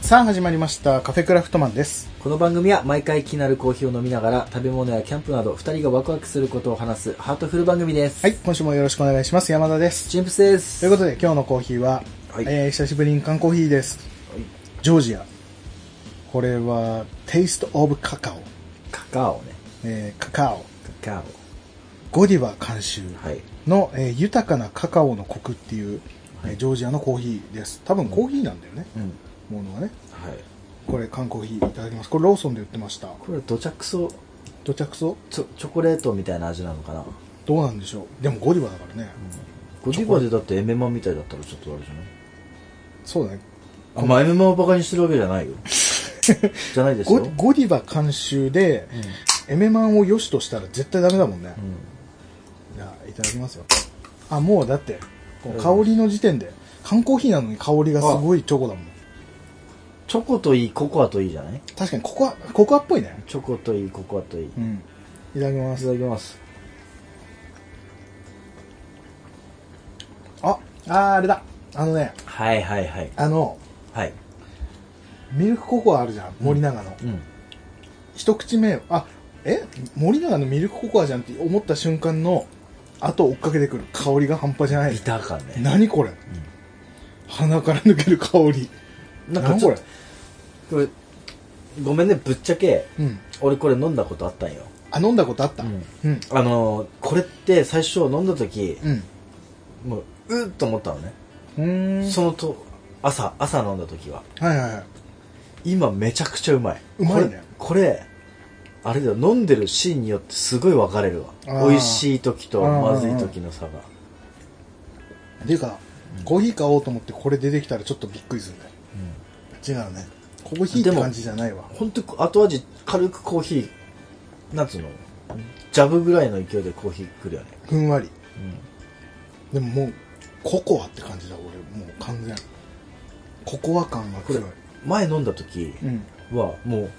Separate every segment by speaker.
Speaker 1: さあ始まりましたカフェクラフトマンです
Speaker 2: この番組は毎回気になるコーヒーを飲みながら食べ物やキャンプなど2人がワクワクすることを話すハートフル番組です
Speaker 1: はい今週もよろしくお願いします山田です
Speaker 2: チンプスです
Speaker 1: ということで今日のコーヒーは、
Speaker 2: はい
Speaker 1: えー久しぶりに缶コーヒーですジョージアこれはテイストオブカカオ、
Speaker 2: カカオね
Speaker 1: えーカカオ
Speaker 2: カカ
Speaker 1: ゴディバ監修
Speaker 2: オはい
Speaker 1: の、えー豊かなカカオのコクっていう、えージョージアのコーヒーです多分コーヒーなんだよね、
Speaker 2: うん
Speaker 1: ものはね
Speaker 2: はい
Speaker 1: これ缶コーヒーいただきますこれローソンで売ってました
Speaker 2: これ土着層
Speaker 1: どちゃくそ
Speaker 2: チョチョコレートみたいな味なのかな
Speaker 1: どうなんでしょうでもゴディバだからね、
Speaker 2: ゴディバでだってエメマンみたいだったらちょっとあれじゃない
Speaker 1: そうだね
Speaker 2: あまあエメマンをバカにしてるわけじゃ ないよじゃないです
Speaker 1: ゴ
Speaker 2: よ
Speaker 1: ゴディバ監修で、エメマンを良しとしたら絶対ダメだもんね、じゃあいただきますよあもうだってこう香りの時点で缶コーヒーなのに香りがすごいチョコだもん
Speaker 2: チョコといいココアといいじゃない
Speaker 1: 確かにココアココアっぽいね
Speaker 2: チョコといいココアといい、い
Speaker 1: うんいただきま
Speaker 2: た
Speaker 1: す
Speaker 2: だきます
Speaker 1: ああーあれだあのね
Speaker 2: はいはいはい
Speaker 1: あの
Speaker 2: はい
Speaker 1: ミルクココアあるじゃん森永の、
Speaker 2: うん
Speaker 1: 一口目あえ森永のミルクココアじゃんって思った瞬間の後追っかけてくる香りが半端じゃない
Speaker 2: ビター感ね
Speaker 1: 何これ、鼻から抜ける香り
Speaker 2: なんかちょっとこれごめんねぶっちゃけ
Speaker 1: れうん
Speaker 2: 俺これ飲んだことあったんよ
Speaker 1: あ飲んだことあったう
Speaker 2: うんん
Speaker 1: うん
Speaker 2: あのーこれって最初飲んだ時
Speaker 1: うん
Speaker 2: もううーっと思ったのね、
Speaker 1: ん
Speaker 2: そのと朝朝飲んだ時は
Speaker 1: はいはいはい
Speaker 2: 今めちゃくちゃうまいう
Speaker 1: まいね
Speaker 2: これこれあれだよ飲んでるシーンによってすごい分かれる
Speaker 1: あー
Speaker 2: わ美味しい時とまずい時の差が
Speaker 1: っていうか、コーヒー買おうと思ってこれ出てきたらちょっとびっくりするね、違うねコーヒーって感じじゃないわ
Speaker 2: 本当後味軽くコーヒーなんつうのジャブぐらいの勢いでコーヒーくるよね
Speaker 1: ふんわり、でももうココアって感じだ俺もう完全ココア感が
Speaker 2: これ
Speaker 1: 強い
Speaker 2: 前飲んだ時、
Speaker 1: うん
Speaker 2: はもう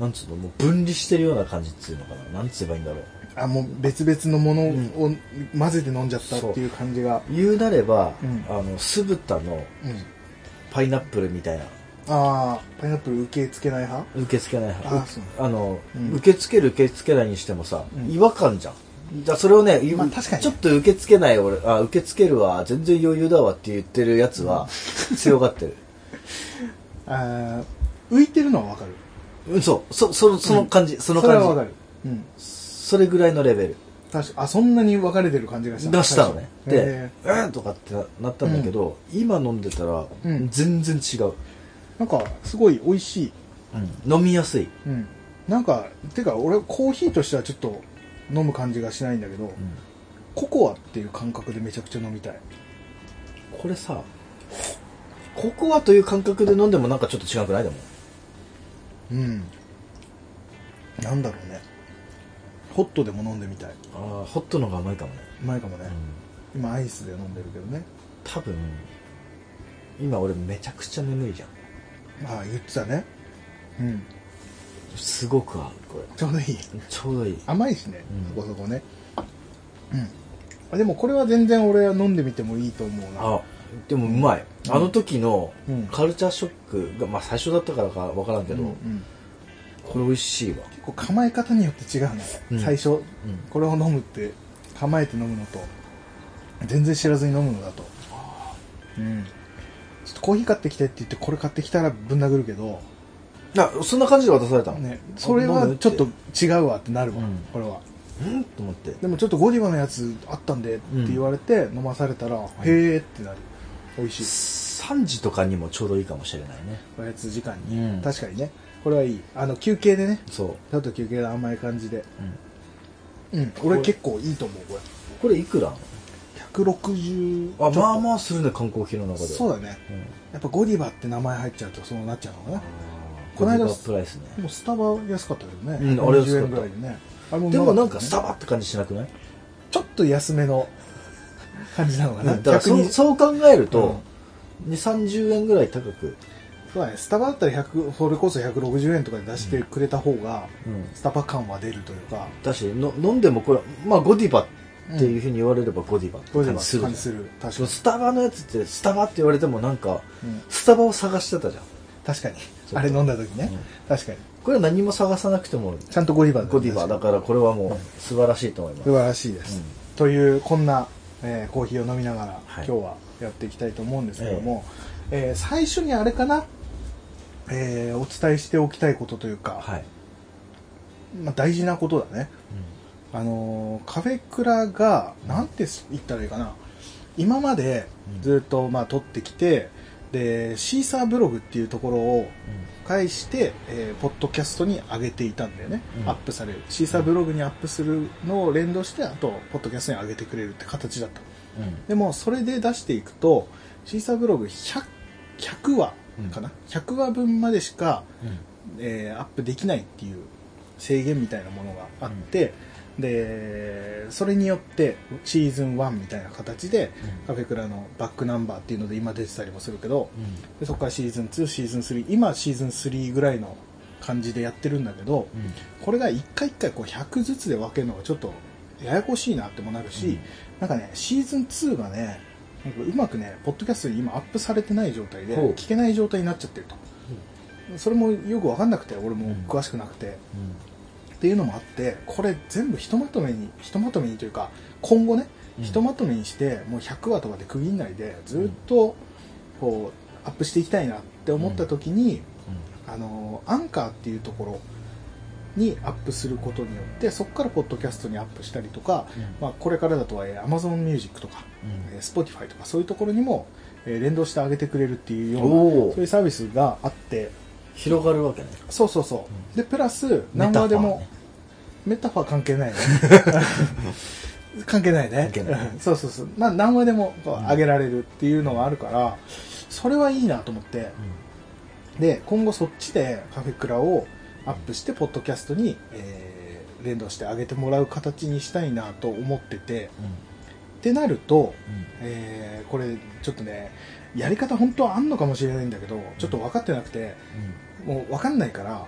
Speaker 2: なんつうのもう分離してるような感じっつうのかななんつえばいいんだろう
Speaker 1: あもう別々のものを混ぜて飲んじゃったっていう感じが
Speaker 2: 言うなれば、
Speaker 1: うん
Speaker 2: あの酢豚の
Speaker 1: うん
Speaker 2: パイナップルみたいな
Speaker 1: ああパイナップル受け付けない派
Speaker 2: 受け付けない派
Speaker 1: あそう
Speaker 2: あの、
Speaker 1: うん
Speaker 2: 受け付ける受け付けないにしてもさ、違和感じゃんだそれをね、
Speaker 1: まあ確かに
Speaker 2: ちょっと受け付けない俺あ受け付けるわ全然余裕だわって言ってるやつは強がってる
Speaker 1: あー浮いてるのはわかる
Speaker 2: うんそうそそのその感じ、その
Speaker 1: れは
Speaker 2: 感
Speaker 1: わか
Speaker 2: じ
Speaker 1: るうん
Speaker 2: それぐらいのレベル
Speaker 1: 確かあそんなに分かれてる感じがした
Speaker 2: 出したのね
Speaker 1: 最初
Speaker 2: で
Speaker 1: へ
Speaker 2: 「うん」とかってななったんだけど、今飲んでたら
Speaker 1: うん
Speaker 2: 全然違う、
Speaker 1: ーなんかすごい美味しい
Speaker 2: 飲みやすい、
Speaker 1: うんなんかてか俺コーヒーとしてはちょっと飲む感じがしないんだけど、ココアっていう感覚でめちゃくちゃ飲みたい
Speaker 2: これさココアという感覚で飲んでもなんかちょっと違くないでも
Speaker 1: うんなんだろうねホットでも飲んでみたい
Speaker 2: ああホットの方が甘いかもね、
Speaker 1: うまいかもね、今アイスで飲んでるけどね
Speaker 2: 多分今俺めちゃくちゃ眠いじゃん
Speaker 1: ああ言ってたねうん
Speaker 2: すごく合うこ
Speaker 1: ちょうどいい
Speaker 2: れちょうどいい
Speaker 1: 甘いしね、
Speaker 2: うん
Speaker 1: そこそこねうんあでもこれは全然俺は飲んでみてもいいと思うな
Speaker 2: あでもうまい、あの時の
Speaker 1: うん
Speaker 2: カルチャーショックが、まあ、最初だったからか分からんけど、
Speaker 1: うんうん
Speaker 2: これ美味しいわ
Speaker 1: 結構構え方によって違うの、
Speaker 2: うん
Speaker 1: 最初、これを飲むって構えて飲むのと全然知らずに飲むのだとうんちょっとコーヒー買ってきてって言ってこれ買ってきたらぶん殴るけど、
Speaker 2: あそんな感じで渡されたの
Speaker 1: ね、それはちょっと違うわってなるわ、
Speaker 2: うん
Speaker 1: これは
Speaker 2: うんと思って
Speaker 1: でもちょっとゴディバのやつあったんでって言われて飲まされたら、へえってなる美味しい
Speaker 2: 3時とかにもちょうどいいかもしれないね
Speaker 1: おやつ時間に、
Speaker 2: うん
Speaker 1: 確かにねこれはいいあの休憩でね
Speaker 2: そう
Speaker 1: ちょっと休憩で甘い感じで
Speaker 2: うん
Speaker 1: うん俺結構いいと思うこれ
Speaker 2: これいくら
Speaker 1: 160
Speaker 2: あまあ
Speaker 1: あ
Speaker 2: まあするね缶コーヒーの中で
Speaker 1: そうだね
Speaker 2: うん
Speaker 1: やっぱゴディバって名前入っちゃうとそうなっちゃうのかなこ
Speaker 2: こ
Speaker 1: の
Speaker 2: の
Speaker 1: 間
Speaker 2: 間プライスね
Speaker 1: でもスタバ安かったけどね、
Speaker 2: うんあれ安かっ
Speaker 1: 40円
Speaker 2: た
Speaker 1: ぐらいでねあれもうまかったね
Speaker 2: でもなんかスタバって感じしなくない
Speaker 1: ちょっと安めの 感じなのかな、
Speaker 2: だから
Speaker 1: 逆
Speaker 2: そ
Speaker 1: に
Speaker 2: うそう考えると2 3 0円ぐらい高く
Speaker 1: そうだね、スタバだったら100それこそ160円とかで出してくれた方が、
Speaker 2: うん
Speaker 1: スタバ感は出るというか、
Speaker 2: だしの飲んでもこれまあゴディバっていうふうに言われればゴディバって
Speaker 1: これで
Speaker 2: 感
Speaker 1: も
Speaker 2: じする
Speaker 1: 感
Speaker 2: じ
Speaker 1: じする確
Speaker 2: ゃん
Speaker 1: か
Speaker 2: スタバのやつってスタバって言われてもなんか
Speaker 1: うん
Speaker 2: スタバを探してたじゃん
Speaker 1: 確かに。あれ飲んだ時ね。確かに。
Speaker 2: これは何も探さなくても
Speaker 1: ちゃんとゴディバだった
Speaker 2: ゴディバだからこれはもう素晴らしいと思います
Speaker 1: 素晴らしいです、
Speaker 2: うん
Speaker 1: というこんな、えーコーヒーを飲みながら、
Speaker 2: はい
Speaker 1: 今日はやっていきたいと思うんですけども、えー最初にあれかな、えーお伝えしておきたいことというか、
Speaker 2: はい、
Speaker 1: まあ、大事なことだね、あのーカフェクラがなんて言ったらいいかな今までずっと、まあ、撮ってきてでシーサーブログっていうところを介して、えーポッドキャストに上げていたんだよね、
Speaker 2: うん
Speaker 1: アップされるシーサーブログにアップするのを連動してあとポッドキャストに上げてくれるって形だった
Speaker 2: うん
Speaker 1: でもそれで出していくとシーサーブログ 100, 100話かな、100話分までしか、えーアップできないっていう制限みたいなものがあって、でそれによってシーズン1みたいな形で、
Speaker 2: うん
Speaker 1: カフェクラのバックナンバーっていうので今出てたりもするけど、
Speaker 2: うん
Speaker 1: でそこからシーズン2シーズン3今シーズン3ぐらいの感じでやってるんだけど、
Speaker 2: うん
Speaker 1: これが一回一回こう100ずつで分けるのがちょっとややこしいなってもなるし、
Speaker 2: うん
Speaker 1: なんかねシーズン2がねなんかうまくねポッドキャストに今アップされてない状態で
Speaker 2: ほう
Speaker 1: 聞けない状態になっちゃってると、それもよく分かんなくて俺も詳しくなくて、っていうのもあってこれ全部ひとまとめにひとまとめにというか今後ね、
Speaker 2: うん
Speaker 1: ひとまとめにしてもう100話とかで区切んないでずっとこうアップしていきたいなって思った時に、あのアンカーっていうところにアップすることによってそこからポッドキャストにアップしたりとか、
Speaker 2: うん
Speaker 1: まあ、これからだと、えー、Amazon Music とか、
Speaker 2: うん
Speaker 1: えー Spotify とかそういうところにも、えー連動してあげてくれるっていうような
Speaker 2: おー
Speaker 1: そういうサービスがあって
Speaker 2: 広がるわけね
Speaker 1: そうそうそう、
Speaker 2: ん
Speaker 1: でプラス何話でもメタファー関係 ないね関係ないね
Speaker 2: 関係ない
Speaker 1: うんそうそうそう、まあ、何話でもこう上げられるっていうのがあるからそれはいいなと思って、で今後そっちでカフェクラをアップしてポッドキャストに、えー連動して上げてもらう形にしたいなと思っててってなると、えーこれちょっとねやり方本当はあんのかもしれないんだけどちょっと分かってなくてもう分かんないから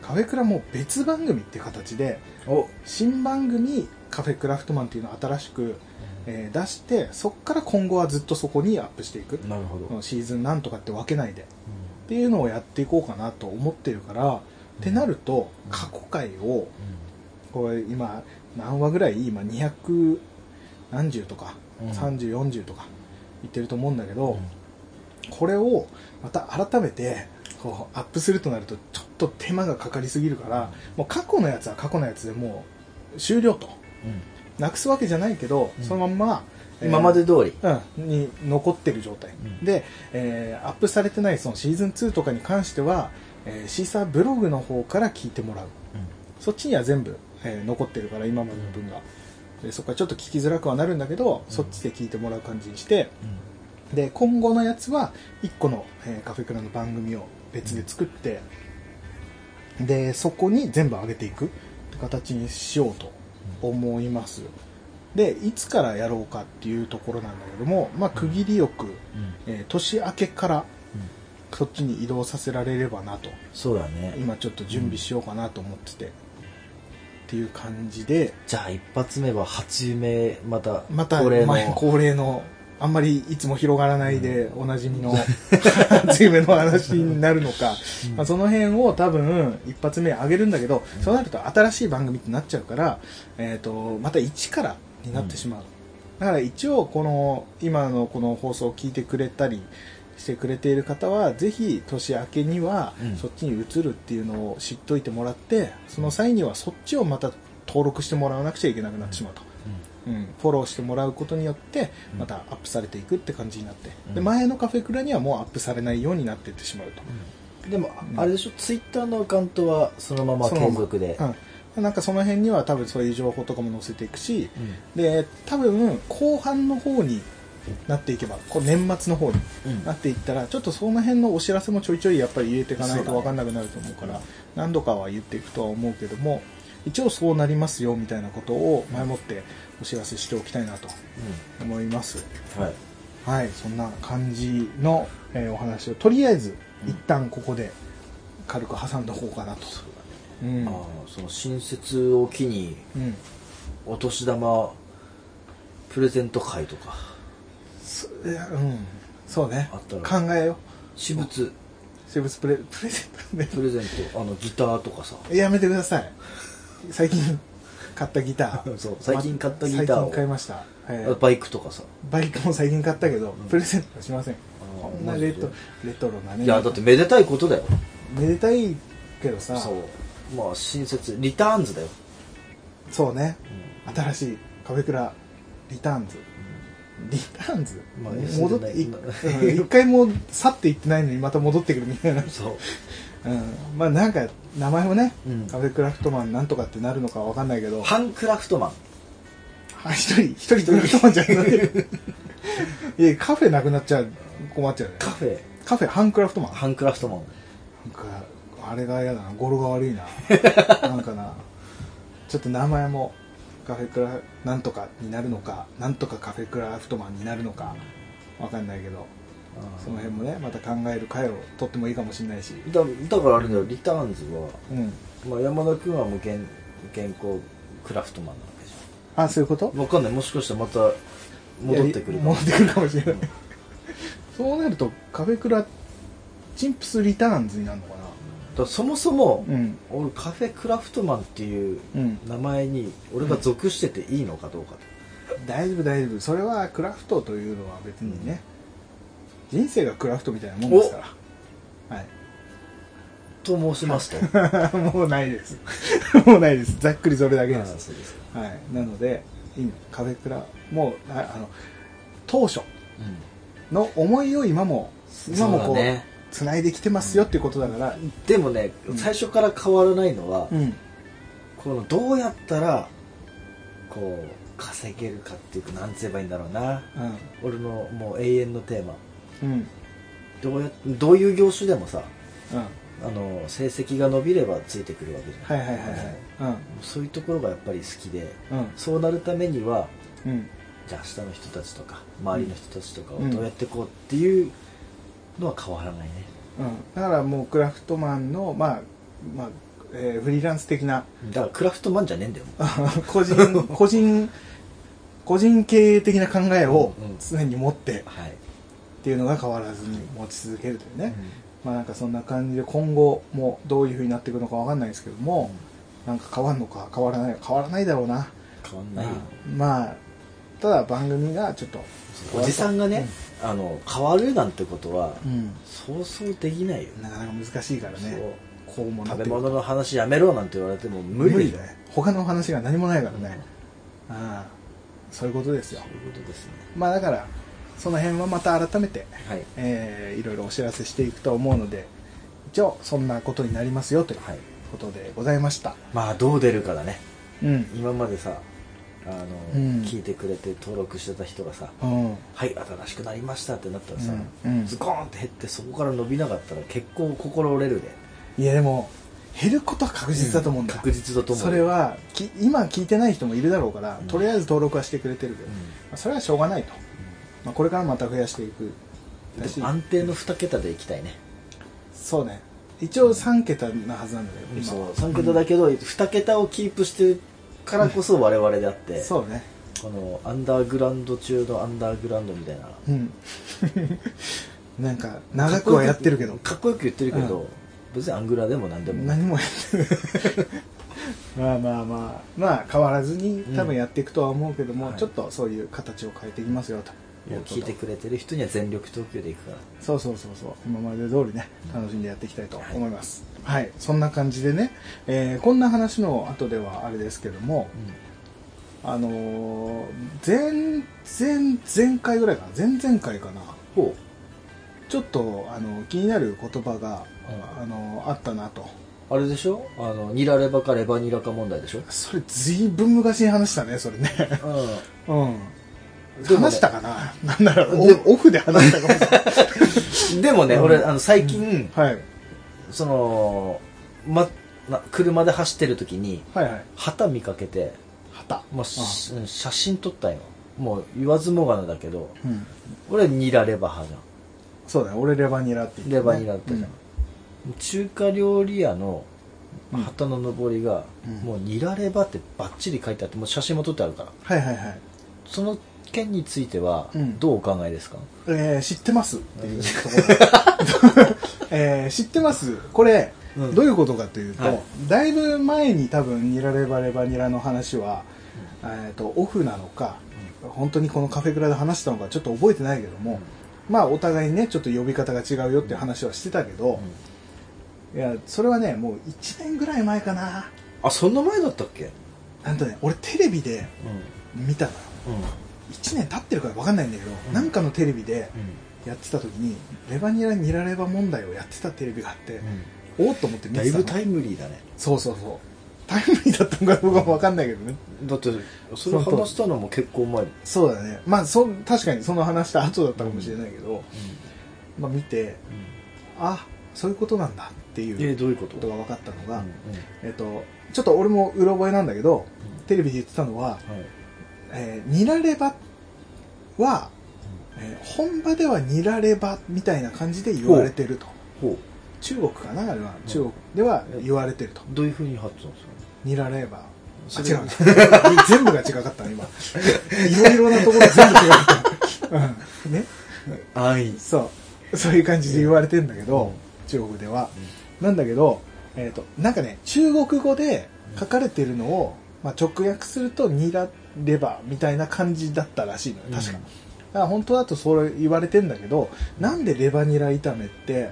Speaker 1: カフェクラも別番組っていう形で
Speaker 2: お
Speaker 1: 新番組カフェクラフトマンっていうのを新しく、えー出してそっから今後はずっとそこにアップしていく、
Speaker 2: なるほど
Speaker 1: シーズンなんとかって分けないでっていうのをやっていこうかなと思ってるから、ってなると過去回をこれ今何話ぐらい今200何十とか、
Speaker 2: うん
Speaker 1: 3040とか言ってると思うんだけど、これをまた改めてこうアップするとなるとちょっと手間がかかりすぎるからもう過去のやつは過去のやつでもう終了となくすわけじゃないけど、
Speaker 2: うん
Speaker 1: そのまんま、えー
Speaker 2: 今まで通り
Speaker 1: うん、に残ってる状態、
Speaker 2: うん
Speaker 1: で、えーアップされてないそのシーズン2とかに関しては、えーシーサーブログの方から聞いてもらうそっちには全部、えー残ってるから今までの分が、でそこからちょっと聞きづらくはなるんだけど、そっちで聞いてもらう感じにしてで今後のやつは1個の、えーカフェクラの番組を別で作って、でそこに全部上げていくって形にしようと思います、でいつからやろうかっていうところなんだけども、まあ、区切りよく、えー年明けからそっちに移動させられればなと
Speaker 2: そうだね
Speaker 1: 今ちょっと準備しようかなと思ってて、っていう感じで
Speaker 2: じゃあ一発目は初夢また
Speaker 1: また
Speaker 2: 恒例の
Speaker 1: 前恒例のあんまりいつも広がらないでおなじみの初夢の話になるのか、まあ、その辺を多分一発目上げるんだけど、そうなると新しい番組ってなっちゃうから、えー、とまた一からになってしまう、だから一応この今のこの放送を聞いてくれたりしてくれている方はぜひ年明けには
Speaker 2: うん
Speaker 1: そっちに移るっていうのを知っといてもらってその際にはそっちをまた登録してもらわなくちゃいけなくなってしまうと。うん、フォローしてもらうことによって
Speaker 2: うん
Speaker 1: またアップされていくって感じになって、
Speaker 2: うん
Speaker 1: で前のカフェクラにはもうアップされないようになっていってしまうと、
Speaker 2: でもあれでしょツイッターのアカウントはそのまま
Speaker 1: そのま
Speaker 2: 継
Speaker 1: ま
Speaker 2: 続で
Speaker 1: うん、なんかその辺には多分そういう情報とかも載せていくしで多分後半の方になっていけばこう年末の方になっていったらちょっとその辺のお知らせもちょいちょいやっぱり入れていかない
Speaker 2: そう
Speaker 1: と
Speaker 2: だね
Speaker 1: 分かんなくなると思うから何度かは言っていくとは思うけども一応そうなりますよみたいなことを前もってお知らせしておきたいなと思います。
Speaker 2: はい
Speaker 1: はい、そんな感じの、えーお話をとりあえず一旦ここで軽く挟んだ方かなと。うん
Speaker 2: あーその新設を機に
Speaker 1: うん、
Speaker 2: お年玉プレゼント会とか
Speaker 1: そいやうん、そうね
Speaker 2: あったら
Speaker 1: 考えよ
Speaker 2: 私物
Speaker 1: うティブスプレ、プレゼント
Speaker 2: プレゼントあのギターとかさ
Speaker 1: ね。 やめてください。最近買ったギター。
Speaker 2: そう最近買ったギターを
Speaker 1: 最近買いました。はい
Speaker 2: バイクとかさ
Speaker 1: バイクも最近買ったけど、プレゼントはしません。
Speaker 2: ー
Speaker 1: こんなレトレトロなね。
Speaker 2: いやだってめでたいことだよ
Speaker 1: めでたいけどさ、
Speaker 2: そうまあ新設リターンズだよ
Speaker 1: そうね、新しいカフェクラリターンズ、リターンズ、
Speaker 2: まあ
Speaker 1: 戻ってい
Speaker 2: 休んでない
Speaker 1: うん一回も去っていってないのにまた戻ってくるみたいな、
Speaker 2: そ
Speaker 1: う
Speaker 2: う
Speaker 1: ん、まあなんか名前もね、
Speaker 2: うん
Speaker 1: カフェクラフトマンなんとかってなるのかわかんないけど
Speaker 2: ハンクラフトマン
Speaker 1: あ一人一人クラフトマンじゃ なくていやカフェなくなっちゃう困っちゃうね
Speaker 2: カフェ
Speaker 1: カフェハンクラフトマン
Speaker 2: ハンクラフトマン
Speaker 1: なんかあれが嫌だな語呂が悪い ななんかなちょっと名前もカフェクラなんとかになるのかなんとかカフェクラフトマンになるのかわかんないけどその辺もねまた考える回を取ってもいいかもしれないし
Speaker 2: だだからあれだよリターンズは、
Speaker 1: うん
Speaker 2: まあ、山田君はもう現現行クラフトマンなわけじ
Speaker 1: あそういうこと
Speaker 2: ゃんわかんないもしかしたらまた戻ってく
Speaker 1: いや
Speaker 2: るかも
Speaker 1: 戻ってくるかもしれないそうなるとカフェクラチンプスリターンズになるのか
Speaker 2: だからそもそも、
Speaker 1: なうん
Speaker 2: 俺カフェクラフトマンっていう
Speaker 1: うん
Speaker 2: 名前に俺が属してていいのかどうかと、
Speaker 1: 大丈夫大丈夫それはクラフトというのは別にね、人生がクラフトみたいなもんですからはい
Speaker 2: と申しますと
Speaker 1: もうない です。もうないです。ざっくりそれだけ
Speaker 2: あ
Speaker 1: で
Speaker 2: あ
Speaker 1: す。
Speaker 2: そうですか
Speaker 1: はい。なので、いいのカフェクラ、もう、ああの、当初の思いを今も、今も
Speaker 2: そ
Speaker 1: こ
Speaker 2: う
Speaker 1: う、
Speaker 2: だね
Speaker 1: 繋いできてますよっていうことだから、
Speaker 2: でもね、
Speaker 1: うん
Speaker 2: 最初から変わらないのは、
Speaker 1: うん。
Speaker 2: このどうやったらこう稼げるかっていうかなんて言えばいいんだろうな
Speaker 1: うん。
Speaker 2: 俺のもう永遠のテーマ
Speaker 1: うん。うん。
Speaker 2: どうやどういう業種でもさあの成績が伸びればついてくるわけじゃん、
Speaker 1: はいはいはいはい。
Speaker 2: そういうところがやっぱり好きで
Speaker 1: うん。
Speaker 2: そうなるためには
Speaker 1: うん。うん。
Speaker 2: じゃあ明日の人たちとか周りの人たちとかを
Speaker 1: うん
Speaker 2: どうやってこうっていうのは変わらないね、
Speaker 1: うん。だからもうクラフトマンの、まあ、まあ、えーフリーランス的な、
Speaker 2: だからクラフトマンじゃねえんだよ
Speaker 1: 個人、個人、個人経営的な考えを
Speaker 2: うん
Speaker 1: 常に持って、
Speaker 2: はい、
Speaker 1: っていうのが変わらずに持ち続けるというね、まあなんかそんな感じで今後もどういうふうになっていくのかわかんないですけども、なんか変わんのか変わらない変わらないだろうな、
Speaker 2: 変わんないよ、
Speaker 1: まあただ番組がちょっと
Speaker 2: おじさんがね、あの変わるなんてことは、
Speaker 1: うん
Speaker 2: そうそうできないよ
Speaker 1: なかなか難しいからねこうもなって
Speaker 2: 食べ
Speaker 1: くる
Speaker 2: 物の話やめろなんて言われても無理だよ
Speaker 1: 無理だよ他の話が何もないからね、ああそういうことですよ
Speaker 2: ということですね
Speaker 1: まあだからその辺はまた改めて、
Speaker 2: はい
Speaker 1: えーいろいろお知らせしていくと思うので一応そんなことになりますよという
Speaker 2: はい
Speaker 1: ことでございました、
Speaker 2: まあどう出るかだね
Speaker 1: うん
Speaker 2: 今までさあの、
Speaker 1: うん
Speaker 2: 聞いてくれて登録してた人がさ
Speaker 1: うん
Speaker 2: 「はい新しくなりました」ってなったらさ、
Speaker 1: うんうん
Speaker 2: ズコーンって減ってそこから伸びなかったら結構心折れるで
Speaker 1: いやでも減ることは確実だと思うんだ、
Speaker 2: 確実だと思う
Speaker 1: それ、はき今聞いてない人もいるだろうから、
Speaker 2: うん
Speaker 1: とりあえず登録はしてくれてるけど、
Speaker 2: う
Speaker 1: ま
Speaker 2: ん
Speaker 1: あそれはしょうがないと、まあ、これからまた増やしていくだし
Speaker 2: でも安定の2桁でいきたいね、
Speaker 1: そうね一応3桁なはずなんだよ、今
Speaker 2: そう
Speaker 1: は
Speaker 2: 3桁だけど2桁をキープしてるからこそ我々であって、
Speaker 1: そうね
Speaker 2: このアンダーグラウンド中のアンダーグラウンドみたいな
Speaker 1: うん なんか長くはやってるけど
Speaker 2: かっこよく言ってるけど、別にアングラでも何でもない
Speaker 1: 何もやってないまあまあまあまあ変わらずに多分やっていくとは思うけども、
Speaker 2: うん
Speaker 1: ちょっとそういう形を変えていきますよと
Speaker 2: もう聞いてくれてる人には全力投球でいくから
Speaker 1: そうそうそうそう今まで通りね
Speaker 2: うん
Speaker 1: 楽しんでやっていきたいと思いますはい、そんな感じでね、えーこんな話の後ではあれですけどもあのー、前前前回ぐらいかな前々回かな
Speaker 2: ほ
Speaker 1: ちょっとあの気になる言葉が、
Speaker 2: うん
Speaker 1: あのあったなと
Speaker 2: うあれでしょあのニラレバかレバニラか問題でしょ
Speaker 1: それずいぶん昔に話したねそれね
Speaker 2: う
Speaker 1: うん
Speaker 2: でもね
Speaker 1: 話したかな、なんなら
Speaker 2: でも
Speaker 1: オフで話したかもしれない
Speaker 2: んでもね、
Speaker 1: うん
Speaker 2: 俺あの最近、
Speaker 1: はい
Speaker 2: その、ま、な車で走ってる時に
Speaker 1: はいはい
Speaker 2: 旗見かけて、
Speaker 1: 旗
Speaker 2: まあしうん写真撮ったんよもう言わずもがなだけど
Speaker 1: うん
Speaker 2: 俺ニラレバ派じゃん
Speaker 1: そうだね俺レバニラって言って、ね、
Speaker 2: レバニラだったじゃん
Speaker 1: う、
Speaker 2: 中華料理屋の
Speaker 1: うん
Speaker 2: 旗の上りが、
Speaker 1: うん
Speaker 2: もうニラレバってバッチリ書いてあってもう写真も撮ってあるから
Speaker 1: はいはいはい
Speaker 2: その件については
Speaker 1: うん
Speaker 2: どうお考えですか、
Speaker 1: えー知ってますって いうところ、えー知ってますこれ、
Speaker 2: うん
Speaker 1: どういうことかというと、
Speaker 2: はい
Speaker 1: だいぶ前に多分ニラレバレバニラの話は、えー、とオフなのか、本当にこのカフェクラで話したのかちょっと覚えてないけども、まあお互いにねちょっと呼び方が違うよっていう話はしてたけど、いやそれはねもう1年ぐらい前かな
Speaker 2: あそんな前だったっけ
Speaker 1: なんとね俺テレビで
Speaker 2: う
Speaker 1: 見たのよ
Speaker 2: んうん
Speaker 1: 1年経ってるから分かんないんだけど、
Speaker 2: ん
Speaker 1: なんかのテレビで、
Speaker 2: う
Speaker 1: やってた時にレバニラニラレバ問題をやってたテレビがあって、おおっと思って見てた
Speaker 2: だい
Speaker 1: の
Speaker 2: ぶタイムリーだね
Speaker 1: そうそうそうタイムリーだったのかどうか分かんないけどね
Speaker 2: だってそれ話したのも結構前、うん、
Speaker 1: そうだねまあそ確かにその話した後だったかもしれないけど、まあ見てあそういうことなんだってい
Speaker 2: え
Speaker 1: う
Speaker 2: どういうこ
Speaker 1: こと
Speaker 2: と
Speaker 1: が分かったのが、
Speaker 2: うん
Speaker 1: えっとちょっと俺もうろ覚えなんだけど
Speaker 2: うん
Speaker 1: テレビで言ってたのは、
Speaker 2: うんはい
Speaker 1: えーニラレバは、えー本場ではニラレバみたいな感じで言われてると
Speaker 2: ほ
Speaker 1: 中国かなあれは
Speaker 2: ん
Speaker 1: 中国では言われてると
Speaker 2: うどういうふうに発音するの
Speaker 1: ニラレーバ
Speaker 2: それ
Speaker 1: ーあ違う 全部が違かったね今いろいろなところ全部違かった、うん、 ね
Speaker 2: はい
Speaker 1: そうそういう感じで言われてんだけど、
Speaker 2: うん
Speaker 1: 中国では、なんだけど、えっとなんかね中国語で書かれてるのを、まあ、直訳するとニラレバーみたいな感じだったらしいのよ確か、
Speaker 2: う
Speaker 1: だ
Speaker 2: ん
Speaker 1: から本当だとそれ言われてんだけどなんでレバニラ炒めって
Speaker 2: うん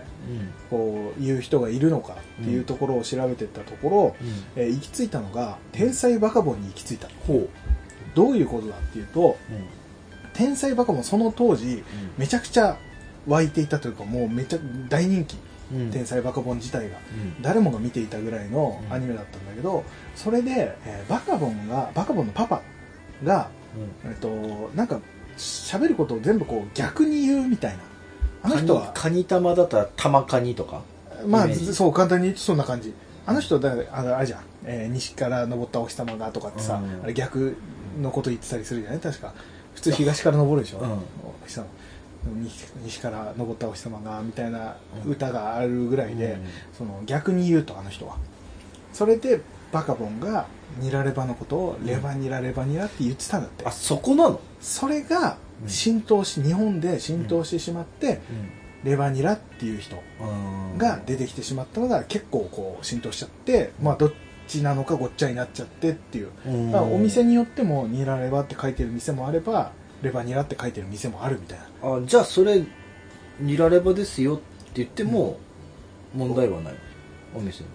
Speaker 1: こういう人がいるのかっていうところを調べてったところ、
Speaker 2: うん
Speaker 1: えー行き着いたのが天才バカボンに行き着いた
Speaker 2: ほう
Speaker 1: どういうことだっていうと
Speaker 2: うん
Speaker 1: 天才バカボンその当時めちゃくちゃ湧いていたというかもうめちゃ大人気、
Speaker 2: うん
Speaker 1: 天才バカボン自体が
Speaker 2: うん
Speaker 1: 誰もが見ていたぐらいのアニメだったんだけど、それで、えーバカボンがバカボンのパパが、えっとなんか喋ることを全部こう逆に言うみたいなあの人は
Speaker 2: カニカニ玉だったら玉カニとか
Speaker 1: ま
Speaker 2: イ
Speaker 1: あ、
Speaker 2: メージ
Speaker 1: そう、簡単に言うとそんな感じ。あの人、だあのあれじゃん、えー西から登ったお日様がとかってさ、
Speaker 2: うん
Speaker 1: あれ逆のこと言ってたりするじゃない確か。普通東から登るでしょ、
Speaker 2: うん
Speaker 1: お日様。西西から登ったお日様が、みたいな歌があるぐらいで、
Speaker 2: うん
Speaker 1: その逆に言うと、あの人は。それで、バカボンが、ニラレバのことを、レバニラレバニラって言ってたんだって
Speaker 2: あ。そこなの
Speaker 1: それが
Speaker 2: う、ん
Speaker 1: 浸透し、日本で浸透してしまって、レバニラっていう人。が出てきてしまったのが結構こう浸透しちゃって、まあ、どっちなのかごっちゃになっちゃってっていう、
Speaker 2: うん
Speaker 1: まあ、お店によってもニラレバって書いてる店もあればレバニラって書いてる店もあるみたいな
Speaker 2: あじゃあそれニラレバですよって言っても問題はないお店に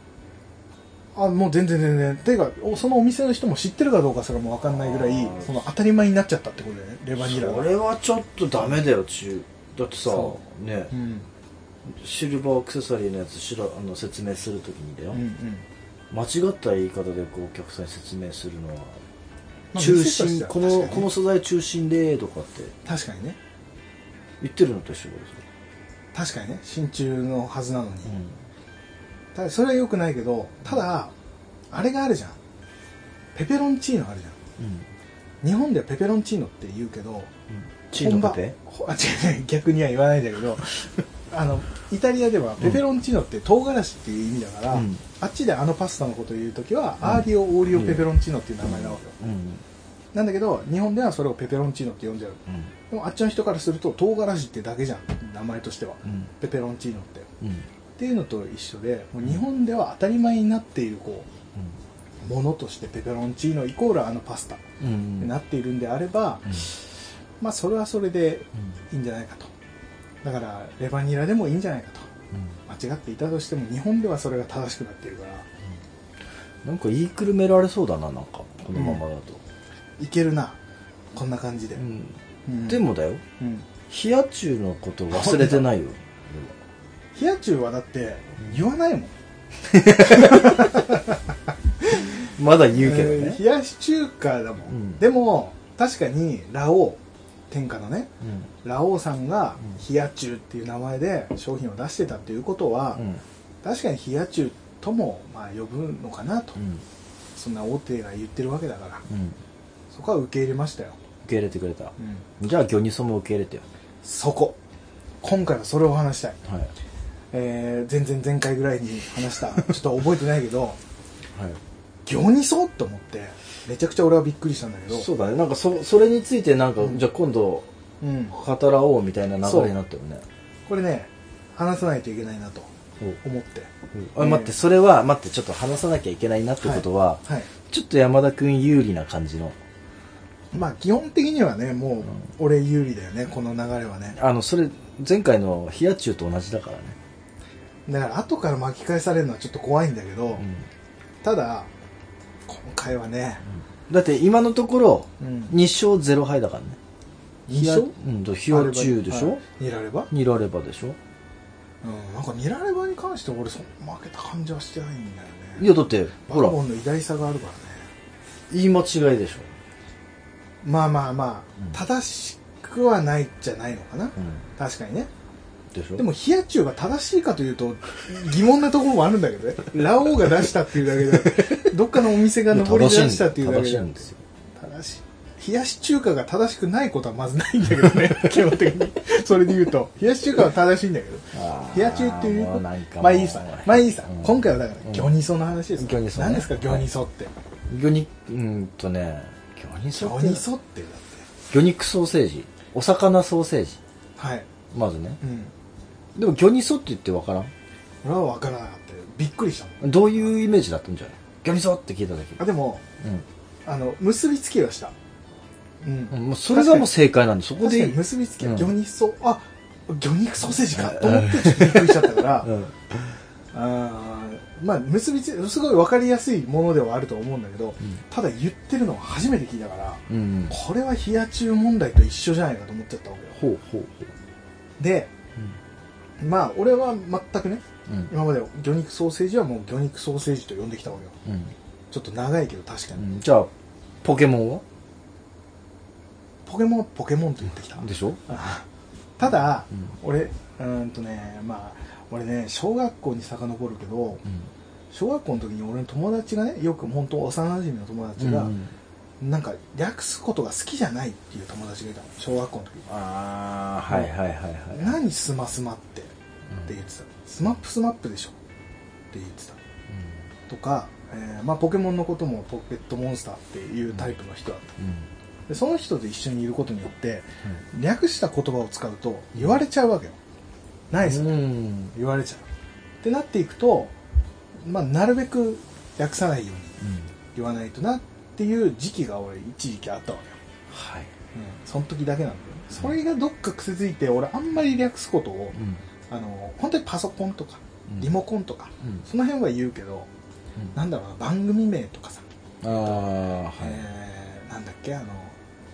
Speaker 1: あもう全然全然ていうかおそのお店の人も知ってるかどうかすらも分かんないぐらい
Speaker 2: あー
Speaker 1: その当たり前になっちゃったってことでねレバニラ
Speaker 2: そ
Speaker 1: が
Speaker 2: れはちょっとダメだよ中だってさ
Speaker 1: そ
Speaker 2: ね
Speaker 1: うん
Speaker 2: シルバーアクセサリーのやつしらあの説明するときにだ
Speaker 1: う
Speaker 2: よ、
Speaker 1: んうん
Speaker 2: 間違った言い方でこうお客さんに説明するのは
Speaker 1: まあ
Speaker 2: 中
Speaker 1: 店として
Speaker 2: 心
Speaker 1: は
Speaker 2: この
Speaker 1: 確か
Speaker 2: こ
Speaker 1: に
Speaker 2: の
Speaker 1: ね
Speaker 2: 素材中心でとかって
Speaker 1: 確かにね
Speaker 2: 言ってるのと一緒だよ
Speaker 1: 確かにね真鍮のはずなのに、
Speaker 2: それ
Speaker 1: ただそれは良くないけどただあれがあるじゃんペペロンチーノあるじゃん
Speaker 2: うん
Speaker 1: 日本ではペペロンチーノって言うけど
Speaker 2: チーノペペ
Speaker 1: 本場ほあ違う違う逆には言わないんだけど あのイタリアではペペロンチーノって唐辛子っていう意味だから、
Speaker 2: うん
Speaker 1: あっちであのパスタのことを言う時は、
Speaker 2: うん
Speaker 1: アーリオオーリオペペロンチーノっていう名前なわけよ、
Speaker 2: うんうん
Speaker 1: なんだけど日本ではそれをペペロンチーノって呼んじゃうでもあっちの人からすると唐辛子ってだけじゃん名前としては、
Speaker 2: うん
Speaker 1: ペペロンチーノってっ
Speaker 2: うんうん
Speaker 1: ていうのと一緒でもう日本では当たり前になっているこうものとしてペペロンチーノイコールあのパスタっ
Speaker 2: うんうん
Speaker 1: てなっているんであれば、
Speaker 2: うん
Speaker 1: まあそれはそれで
Speaker 2: うん
Speaker 1: いいんじゃないかとだからレバニラでもいいんじゃないかと
Speaker 2: うん
Speaker 1: 間違っていたとしても日本ではそれが正しくなっているから
Speaker 2: なんか言いくるめられそうだななんかこのままだと、
Speaker 1: いけるなこんな感じで、うん
Speaker 2: で、もだよ
Speaker 1: うん、
Speaker 2: 冷や中のこと忘れてないよ
Speaker 1: 冷や中はだって言わないもん
Speaker 2: まだ言うけど
Speaker 1: え
Speaker 2: ね
Speaker 1: ー、冷やし中華だもん、
Speaker 2: うん
Speaker 1: でも確かにラオウ天下のね
Speaker 2: うん
Speaker 1: ラオウさんが
Speaker 2: う
Speaker 1: 冷や中っていう名前で商品を出してたっていうことは、
Speaker 2: うん
Speaker 1: 確かに冷や中ともまあ呼ぶのかなと、
Speaker 2: うん
Speaker 1: そんな大手が言ってるわけだから
Speaker 2: うん受
Speaker 1: そこは受け入れましたよ、
Speaker 2: け入れてくれた
Speaker 1: うん
Speaker 2: じゃあ魚にそも受け入れてよ
Speaker 1: そこ今回はそれを話したい、
Speaker 2: はい
Speaker 1: えー、前々前回ぐらいに話したちょっと覚えてないけど
Speaker 2: はい
Speaker 1: 魚にそうと思ってめちゃくちゃ俺はびっくりしたんだけど
Speaker 2: そうだねなんかそそれについてなんか、じゃあ今度
Speaker 1: うん、
Speaker 2: 語らおうみたいな流れになったよね
Speaker 1: これね話さないといけないなと思って
Speaker 2: あ待ってそれは待ってちょっと話さなきゃいけないなってことは、
Speaker 1: はい
Speaker 2: ちょっと山田君有利な感じの
Speaker 1: まあ基本的にはねもう俺有利だよねこの流れはね
Speaker 2: あのそれ前回の冷や中と同じだからね、
Speaker 1: だから後から巻き返されるのはちょっと怖いんだけど、ただ今回はね、
Speaker 2: だって今のところ
Speaker 1: うん
Speaker 2: 2勝0敗だからね
Speaker 1: 二勝
Speaker 2: 冷やうんと冷や中でしょ、
Speaker 1: はいニラレバ
Speaker 2: にらればでしょ
Speaker 1: うんなんかニラレバに関して俺そんな負けた感じはしてないんだよ
Speaker 2: い
Speaker 1: ね
Speaker 2: やだって
Speaker 1: バ
Speaker 2: ほ
Speaker 1: ー
Speaker 2: ら
Speaker 1: ボンの偉大さがあるからね
Speaker 2: 言い間違いでしょ、
Speaker 1: まあまあまあ、
Speaker 2: うん
Speaker 1: 正しくはないじゃないのかな、確かにね
Speaker 2: でしょ
Speaker 1: でも冷や中が正しいかというと疑問なところもあるんだけどねラオウが出したっていう だけでどっかのお店が上り出したっていうだけ
Speaker 2: 正し
Speaker 1: で
Speaker 2: いんですよ
Speaker 1: 正しい冷やし中華が正しくないことはまずないんだけどね 基本的にそれで言うと冷やし中華は正しいんだけど
Speaker 2: あー
Speaker 1: 冷や中っていう
Speaker 2: もうなんかもう
Speaker 1: まあいいさまあいいさ、
Speaker 2: うん
Speaker 1: 今回はだから
Speaker 2: うん
Speaker 1: 魚味噌の話です
Speaker 2: 魚味噌ね
Speaker 1: 何ですか魚味噌って、
Speaker 2: 魚肉うんとね魚肉ソ
Speaker 1: 魚
Speaker 2: ー
Speaker 1: 味
Speaker 2: セージ
Speaker 1: 噌ってだって
Speaker 2: 魚肉ソーセージお魚ソーセージ
Speaker 1: はい
Speaker 2: まずね
Speaker 1: うん
Speaker 2: でも魚肉ソって言って分からん
Speaker 1: 俺は分からなかったよびっくりしたもん
Speaker 2: どういうイメージだったんじゃない魚肉ソって聞いただ
Speaker 1: あ
Speaker 2: け
Speaker 1: でも
Speaker 2: うん
Speaker 1: あの結びつきはしたうん、
Speaker 2: うんもうそれがもう正解なんでそこ
Speaker 1: 確
Speaker 2: で
Speaker 1: かに結びつきは
Speaker 2: うん
Speaker 1: 魚味噌、あ魚肉ソーセージかと思ってちょっとびっくりしちゃった から、
Speaker 2: うん
Speaker 1: あーまあ結びついすごい分かりやすいものではあると思うんだけど、ただ言ってるのは初めて聞いたから、
Speaker 2: うん
Speaker 1: これは冷や中問題と一緒じゃないかと思っちゃったわけよ
Speaker 2: ほうほうほ
Speaker 1: でまあ俺は全くね
Speaker 2: ううん
Speaker 1: 今まで魚肉ソーセージはもう魚肉ソーセージと呼んできたわけよ
Speaker 2: うん
Speaker 1: ちょっと長いけど確か
Speaker 2: う
Speaker 1: に、
Speaker 2: んじゃあポケモンは
Speaker 1: ポケモンはポケモンと言ってきた
Speaker 2: でしょ
Speaker 1: あただ、
Speaker 2: う
Speaker 1: 俺うーんとねまあ俺ね小学校に遡るけど小学校の時に俺の友達がねよく本当幼馴染の友達が、なんか略すことが好きじゃないっていう友達がいたの小学校の時
Speaker 2: ああはいはいはいはい
Speaker 1: 何スマスマってって言ってたスマップスマップでしょって言ってたとか、えーまあ、ポケモンのこともポケットモンスターっていうタイプの人だった
Speaker 2: うんうん
Speaker 1: でその人と一緒にいることによって略した言葉を使うと言われちゃうわけよないです
Speaker 2: うん
Speaker 1: 言われちゃうってなっていくと、まあ、なるべく略さないように
Speaker 2: うん
Speaker 1: 言わないとなっていう時期が俺一時期あったわけよ、
Speaker 2: はい
Speaker 1: うん、その時だけなんだよねそれがどっか癖づいて俺あんまり略すことを
Speaker 2: うん
Speaker 1: あの本当にパソコンとか
Speaker 2: うん
Speaker 1: リモコンとか、
Speaker 2: うん
Speaker 1: その辺は言うけど
Speaker 2: うん
Speaker 1: なんだろうな番組名とかさ、
Speaker 2: ああはい
Speaker 1: えーなんだっけあの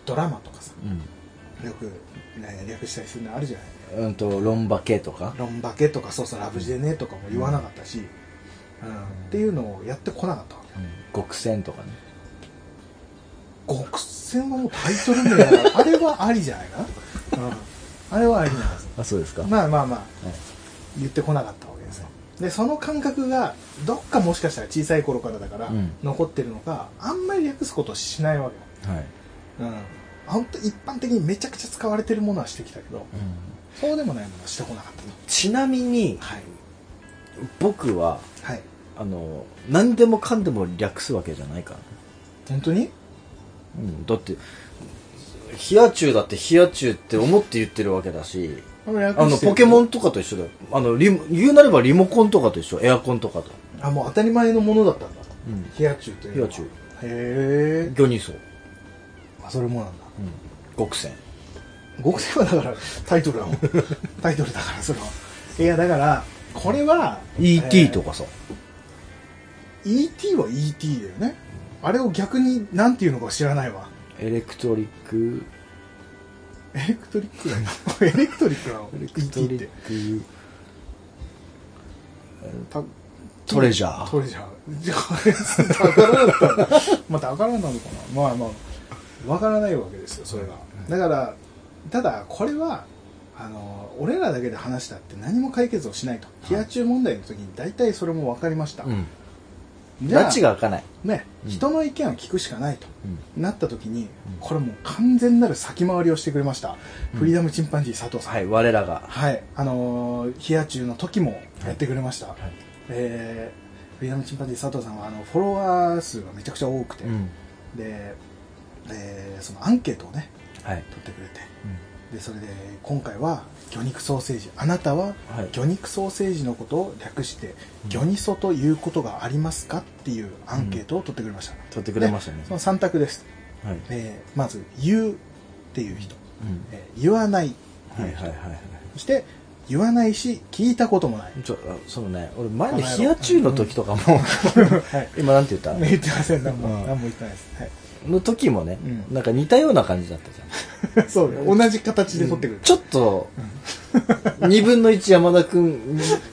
Speaker 1: ドラマとかさ
Speaker 2: うん
Speaker 1: よく、ね、略したりするのあるじゃない
Speaker 2: うんとロンバケとか
Speaker 1: ロンバケとかそうそうラブジェネとかも言わなかったし、うんっていうのをやってこなかったわけよ
Speaker 2: 極戦とかね
Speaker 1: 極戦はもうタイトル名だからあれはありじゃないかな、うん、あれはありなはず
Speaker 2: あそうですか
Speaker 1: まあまあまあ言ってこなかったわけですよでその感覚がどっかもしかしたら小さい頃からだから
Speaker 2: うん
Speaker 1: 残ってるのがあんまり略すことをしないわけ
Speaker 2: はい
Speaker 1: よ、うん、本当一般的にめちゃくちゃ使われてるものはしてきたけどそうでもないものはしてこなかったと
Speaker 2: ちなみに
Speaker 1: はい
Speaker 2: 僕は
Speaker 1: はい
Speaker 2: あの何でもかんでも略すわけじゃないからね
Speaker 1: 本当に
Speaker 2: うんだって冷や中だって冷や中って思って言ってるわけだしあのポケモ
Speaker 1: ン
Speaker 2: ンとかと一緒だよあのリモ言うなればリモコンとかと一緒エアコンとかと
Speaker 1: あもう当たり前のものだったんだ
Speaker 2: うん
Speaker 1: ヒアチュウというのは
Speaker 2: ヒアチュウ
Speaker 1: へえ
Speaker 2: 魚二層
Speaker 1: あそれもなんだ
Speaker 2: 極戦
Speaker 1: 極戦はだからタイトル だもんタイトルだからそれはいやだからこれは
Speaker 2: ET とかさ
Speaker 1: ET は ET だよねあれを逆になんていうのか知らないわ
Speaker 2: エレクトリック
Speaker 1: エレクトリックなのエレクトリックなの
Speaker 2: エレクト
Speaker 1: ET
Speaker 2: リ
Speaker 1: って
Speaker 2: ック
Speaker 1: た
Speaker 2: トレジャー
Speaker 1: トレジャーじゃああれ宝だったの まあ宝なのかなまあまあわからないわけですよそれがだからただこれはあの俺らだけで話したって何も解決をしないと冷や中問題の時に大体それも分かりました、
Speaker 2: うん
Speaker 1: じゃ
Speaker 2: 拉
Speaker 1: あ
Speaker 2: 致が開かない
Speaker 1: ね、
Speaker 2: うん
Speaker 1: 人の意見を聞くしかないと、
Speaker 2: う
Speaker 1: なった時に
Speaker 2: うん
Speaker 1: これもう完全なる先回りをしてくれました、
Speaker 2: うん
Speaker 1: フリーダムチンパンジー佐藤さん
Speaker 2: はい我らが
Speaker 1: はいあのー冷や中の時もやってくれました、
Speaker 2: い
Speaker 1: えーフリーダムチンパンジー佐藤さんはあのフォロワー数がめちゃくちゃ多くて、
Speaker 2: うん
Speaker 1: で、えーそのアンケートをね
Speaker 2: はい。
Speaker 1: 取ってくれて
Speaker 2: うん
Speaker 1: でそれで今回は魚肉ソーセージあなたは
Speaker 2: はい
Speaker 1: 魚肉ソーセージのことを略して
Speaker 2: うん
Speaker 1: 魚にそということがありますかっていうアンケートを取ってくれました、
Speaker 2: 取ってくれましたね
Speaker 1: で。その3択です、
Speaker 2: はい。
Speaker 1: えーまず言うっていう人、
Speaker 2: うん
Speaker 1: えー言わないって
Speaker 2: はいいう
Speaker 1: 人
Speaker 2: はいはい。
Speaker 1: そして言わないし聞いたこともない、
Speaker 2: ちょ、あそのね、俺前の冷や中の時と かも、
Speaker 1: はい、
Speaker 2: 今なんて言った
Speaker 1: 言ってません何も,、
Speaker 2: うん
Speaker 1: 何も言ってないです、はい
Speaker 2: の時もね、
Speaker 1: うん
Speaker 2: なんか似たような感じだったじゃん。
Speaker 1: そうね 同じ形で取ってくる、
Speaker 2: ちょっと、2分の1山田くん、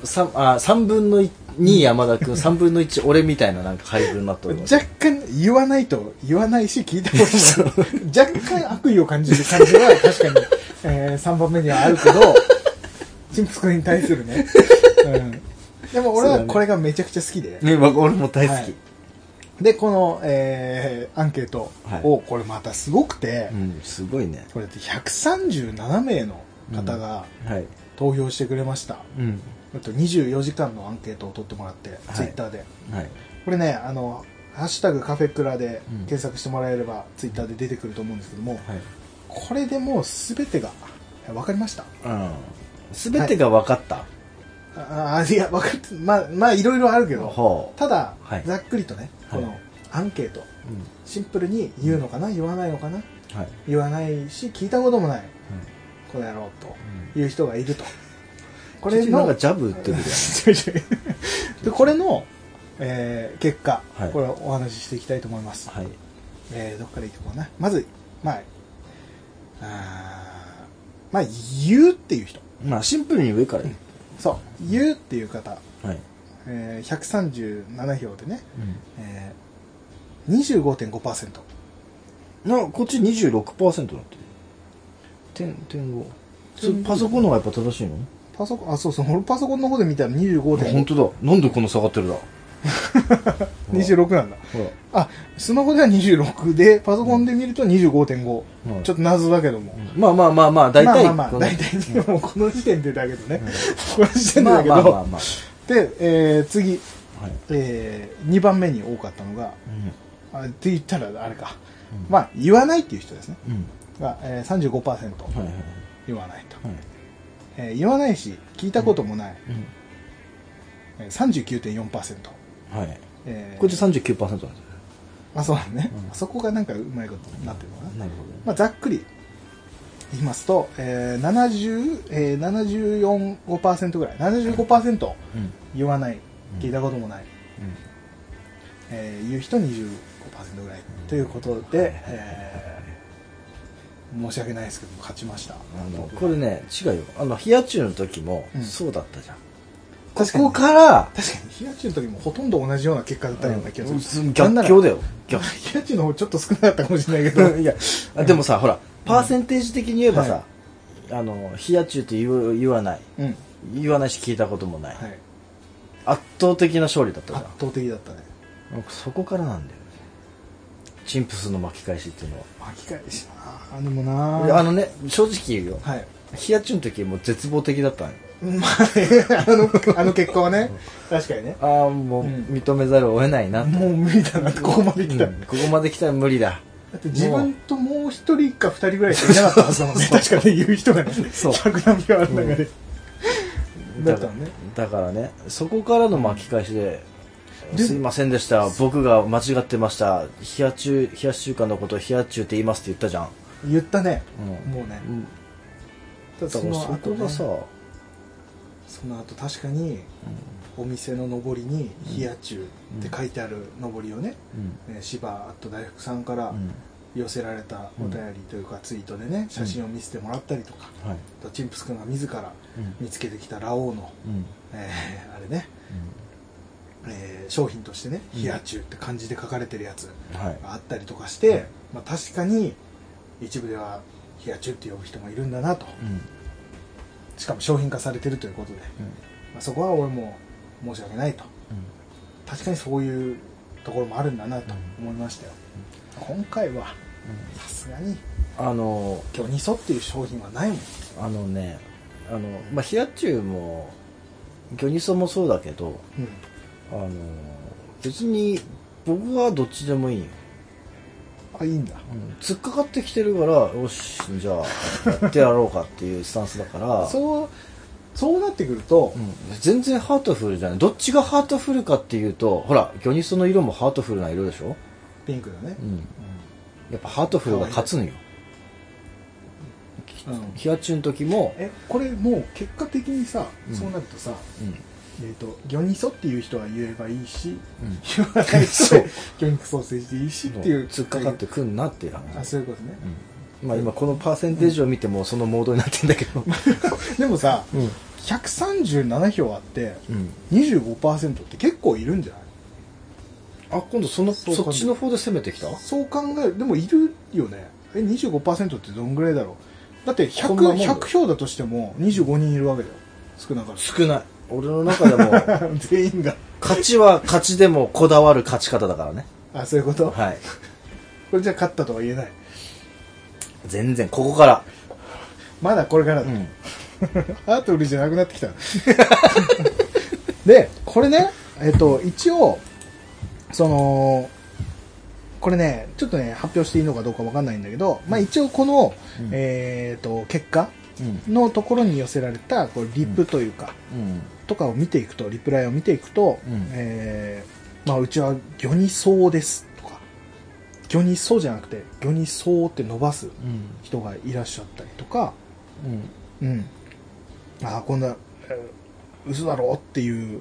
Speaker 2: 3, あ3分の2山田くん、3分の1俺みたいななんか配分になったと思う
Speaker 1: 若干言わないと言わないし聞いた こともない若干悪意を感じる感じは確かに、え3番目にはあるけどチンプス君に対するね、うん、でも俺
Speaker 2: そうだ
Speaker 1: は
Speaker 2: ね
Speaker 1: これがめちゃくちゃ好きで、
Speaker 2: ね、僕俺も大好き。
Speaker 1: でこの、えーアンケートをこれまたすごくて、
Speaker 2: うん、すごいね。
Speaker 1: これって137名の方が
Speaker 2: はい。
Speaker 1: 投票してくれました、
Speaker 2: うん。
Speaker 1: あと24時間のアンケートを取ってもらって、
Speaker 2: い
Speaker 1: ツイッターで
Speaker 2: はい。
Speaker 1: これねあの「ハッシュタグカフェクラ」で
Speaker 2: うん
Speaker 1: 検索してもらえれば、ツイッターで出てくると思うんですけども、
Speaker 2: はい。
Speaker 1: これでもう全てが分かりました
Speaker 2: うん。すべてが分かった。
Speaker 1: ああいや分かってまあまあいろいろあるけど
Speaker 2: ほう。
Speaker 1: ただ、
Speaker 2: はい
Speaker 1: ざっくりとねこ
Speaker 2: は
Speaker 1: の
Speaker 2: い
Speaker 1: アンケート
Speaker 2: う。
Speaker 1: シンプルに言うのかな、言わないのかなん
Speaker 2: はい。
Speaker 1: 言わないし聞いたこともないこの野郎という人がいる とこ
Speaker 2: これ
Speaker 1: れ
Speaker 2: なん
Speaker 1: の
Speaker 2: かジャブ打ってる
Speaker 1: でこれの、えー結果、
Speaker 2: はい
Speaker 1: これをお話ししていきたいと思います、
Speaker 2: はい。
Speaker 1: えーどっからいこうかなまずまああーまあ言うっていう人
Speaker 2: まあシンプルに上からね。
Speaker 1: そう言うっていう方、
Speaker 2: はい。
Speaker 1: えー137票でね、
Speaker 2: う
Speaker 1: えー、25.5%
Speaker 2: ん。な、こっち26%になってる。点、点5。それパソコンの方がやっぱ正しいの
Speaker 1: パソコンあそうそう俺パソコンの方で見たら25.5
Speaker 2: 本当だ。なんでこんな下がってるだ
Speaker 1: 26なんだ
Speaker 2: ほら。
Speaker 1: あスマホでは26でパソコンで見ると25.5、
Speaker 2: はい
Speaker 1: ちょっと謎だけども、
Speaker 2: まあまあまあまあ、大体。
Speaker 1: まあまあまあ、大体、もうこの時点でだけどね。 この時点で
Speaker 2: ま
Speaker 1: だ
Speaker 2: あ
Speaker 1: け
Speaker 2: まあまあ
Speaker 1: ど。
Speaker 2: ま
Speaker 1: で、えー次、
Speaker 2: あ。はい。
Speaker 1: え2番目に多かったのが、
Speaker 2: う
Speaker 1: あって言ったらあれか。
Speaker 2: うん
Speaker 1: まあ、言わないっていう人ですね。
Speaker 2: ん。うん。
Speaker 1: が、えー、35%
Speaker 2: はいはい
Speaker 1: 言わないと、
Speaker 2: はい。
Speaker 1: えー言わないし、聞いたこともない。
Speaker 2: う
Speaker 1: えー39.4%。
Speaker 2: ん。はい。
Speaker 1: えー
Speaker 2: こっち39%なんですよ。
Speaker 1: あ、そうなんね。
Speaker 2: うん
Speaker 1: あそこがなんかうまいことになってるのかな。
Speaker 2: なるほ
Speaker 1: まあ、ざっくり言いますと、えー、70、えー、74.5%ぐらい。75%。
Speaker 2: どね。
Speaker 1: 言わない
Speaker 2: うん
Speaker 1: 聞いたこともない、
Speaker 2: う
Speaker 1: えー言う人25%ぐらいということで、
Speaker 2: はいはいはい
Speaker 1: えー申し訳ないですけども勝ちました
Speaker 2: ん。あの、
Speaker 1: 僕
Speaker 2: これね、違うよ。あの、冷や中の時も
Speaker 1: う、ん
Speaker 2: そうだったじゃん。こ
Speaker 1: 確かに
Speaker 2: こから、
Speaker 1: 確かに冷や中の時もほとんど同じような結果だったような気がする、
Speaker 2: うん逆境だよ。
Speaker 1: 冷
Speaker 2: 逆
Speaker 1: や中の方ちょっと少なかったかもしれないけど
Speaker 2: 境。いや、あでもさ、ほら、パーセンテージ的に言えばさ
Speaker 1: は、
Speaker 2: あの、冷や中って言う言わない。
Speaker 1: うん、はい、
Speaker 2: 言わないし聞いたこともない。圧倒的な勝利だったじゃ
Speaker 1: 圧
Speaker 2: ん。
Speaker 1: 倒的だったね
Speaker 2: なんかそこからなんだよねチンプスの巻き返しっていうのは
Speaker 1: 巻き返しなあでもな
Speaker 2: 俺あのね正直言うよ
Speaker 1: はい
Speaker 2: ヒヤチュンの時もう絶望的だったのよ
Speaker 1: まあ、あのあの結果はね確かにね
Speaker 2: ああもう
Speaker 1: うん
Speaker 2: 認めざるを得ないなと、
Speaker 1: もう 無理だなってここまで来た、
Speaker 2: うんここまで来たら無理だ
Speaker 1: だって自分ともう一人か二人ぐらいしかいなかったはずだもんね。確かに言う人がね、
Speaker 2: そう
Speaker 1: 100何票ある中で。だったのね。
Speaker 2: だからねそこからの巻き返しで「
Speaker 1: です
Speaker 2: いませんでした僕が間違ってました冷や中冷やし中華のことを冷や中って言います」って言ったじゃん、
Speaker 1: 言ったね。
Speaker 2: うん
Speaker 1: もうね。
Speaker 2: うん、
Speaker 1: ただ
Speaker 2: だからそ
Speaker 1: 後
Speaker 2: こ
Speaker 1: ね
Speaker 2: がさ、
Speaker 1: その後確かに、お店の上りに、冷や中って書いてある上りをね、
Speaker 2: うん
Speaker 1: えー芝あと大福さんから寄せられたお便りというかツイートでね、写真を見せてもらったりとか、
Speaker 2: はい
Speaker 1: あとチンプス君が自ら
Speaker 2: うん
Speaker 1: 見つけてきたラオウの、
Speaker 2: うん
Speaker 1: えーあれね、えー商品としてね「
Speaker 2: うん
Speaker 1: 冷や中」って漢字で書かれてるやつ
Speaker 2: うんはい
Speaker 1: があったりとかして、まあ、確かに一部では「冷や中」って呼ぶ人もいるんだなと
Speaker 2: うん
Speaker 1: しかも商品化されてるということで、
Speaker 2: うん
Speaker 1: まあ、そこは俺も申し訳ないと
Speaker 2: うん
Speaker 1: 確かにそういうところもあるんだなと思いましたよ、今回はさすがに
Speaker 2: あの
Speaker 1: 「今日にそ」っていう商品はないもん
Speaker 2: あのねあのまあ冷や中も魚ニソもそうだけど
Speaker 1: うん
Speaker 2: あの別に僕はどっちでもいいよ
Speaker 1: あいいんだ
Speaker 2: うん突っかかってきてるからよしじゃあやってやろうかっていうスタンスだから
Speaker 1: そうそうなってくると、
Speaker 2: うん全然ハートフルじゃないどっちがハートフルかっていうとほら魚ニソの色もハートフルな色でしょ、
Speaker 1: ピンクだね
Speaker 2: う、ん、やっぱハートフルが勝つのよ
Speaker 1: うんうん
Speaker 2: ヒアチュン時も、
Speaker 1: えこれもう結果的にさ、
Speaker 2: うん
Speaker 1: そうなるとさ
Speaker 2: うん、
Speaker 1: えー、と魚にそっていう人は言えばいいし、
Speaker 2: うん
Speaker 1: 言わない人
Speaker 2: そ
Speaker 1: は
Speaker 2: う
Speaker 1: 魚肉ソーセージでいいしっていう
Speaker 2: 突っかかってくんなっていう話
Speaker 1: あそういうことね、
Speaker 2: うんまあ今このパーセンテージを見てもそのモードになってんだけど
Speaker 1: でもさ、
Speaker 2: うん
Speaker 1: 137票あって
Speaker 2: うん
Speaker 1: 25%って結構いるんじゃない
Speaker 2: あ今度その
Speaker 1: そう
Speaker 2: そっちの方で攻めてきた
Speaker 1: そう考えるでもいるよねえ25%ってどんぐらいだろうだって
Speaker 2: こんな
Speaker 1: 100,
Speaker 2: もんだよ
Speaker 1: 100票だとしても25人いるわけだよ少なかっ
Speaker 2: 少ない俺の中でも
Speaker 1: た全員が
Speaker 2: 勝ちは勝ちでもこだわる勝ち方だからね
Speaker 1: あそういうこと、
Speaker 2: はい
Speaker 1: これじゃ勝ったとは言えない
Speaker 2: 全然ここから
Speaker 1: まだこれから
Speaker 2: う
Speaker 1: だ、
Speaker 2: ん
Speaker 1: アートフルじゃなくなってきた でこれねえっと一応そのこれねちょっとね発表していいのかどうかわかんないんだけど、まあ、一応この、
Speaker 2: うん
Speaker 1: えっと結果
Speaker 2: うん
Speaker 1: のところに寄せられたこうリップというか、
Speaker 2: うん
Speaker 1: とかを見ていくとリプライを見ていくと、
Speaker 2: うん
Speaker 1: えーまあ、うちは魚にそうですとか魚にそうじゃなくて魚にそうって伸ばす
Speaker 2: うん
Speaker 1: 人がいらっしゃったりとか、
Speaker 2: うん
Speaker 1: うん、ああこんな、えー嘘だろっていう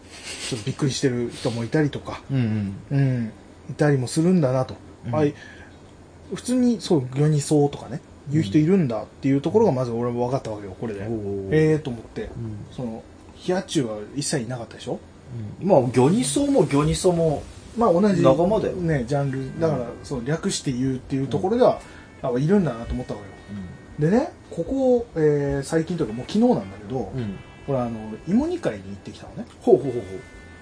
Speaker 1: ちょっとびっくりしてる人もいたりとか、
Speaker 2: うん
Speaker 1: うん、いたりもするんだなと、
Speaker 2: うん
Speaker 1: はい、普通にそう魚にそうとかね言う人いるんだっていうところがまず俺も分かったわけよこれで
Speaker 2: おうおう
Speaker 1: ええー、と思って
Speaker 2: うん
Speaker 1: その冷や中は一切いなかったでしょ
Speaker 2: まあ魚にそうも魚にそうも
Speaker 1: まあ同じ
Speaker 2: 仲間だよ
Speaker 1: ね、ジャンルだから、その略して言うっていうところでは、あいるんだなと思ったわけよでねここ、えー最近というかもう昨日なんだけど、
Speaker 2: ん
Speaker 1: これあの芋煮会に行ってきたのね
Speaker 2: ほうほうほうほ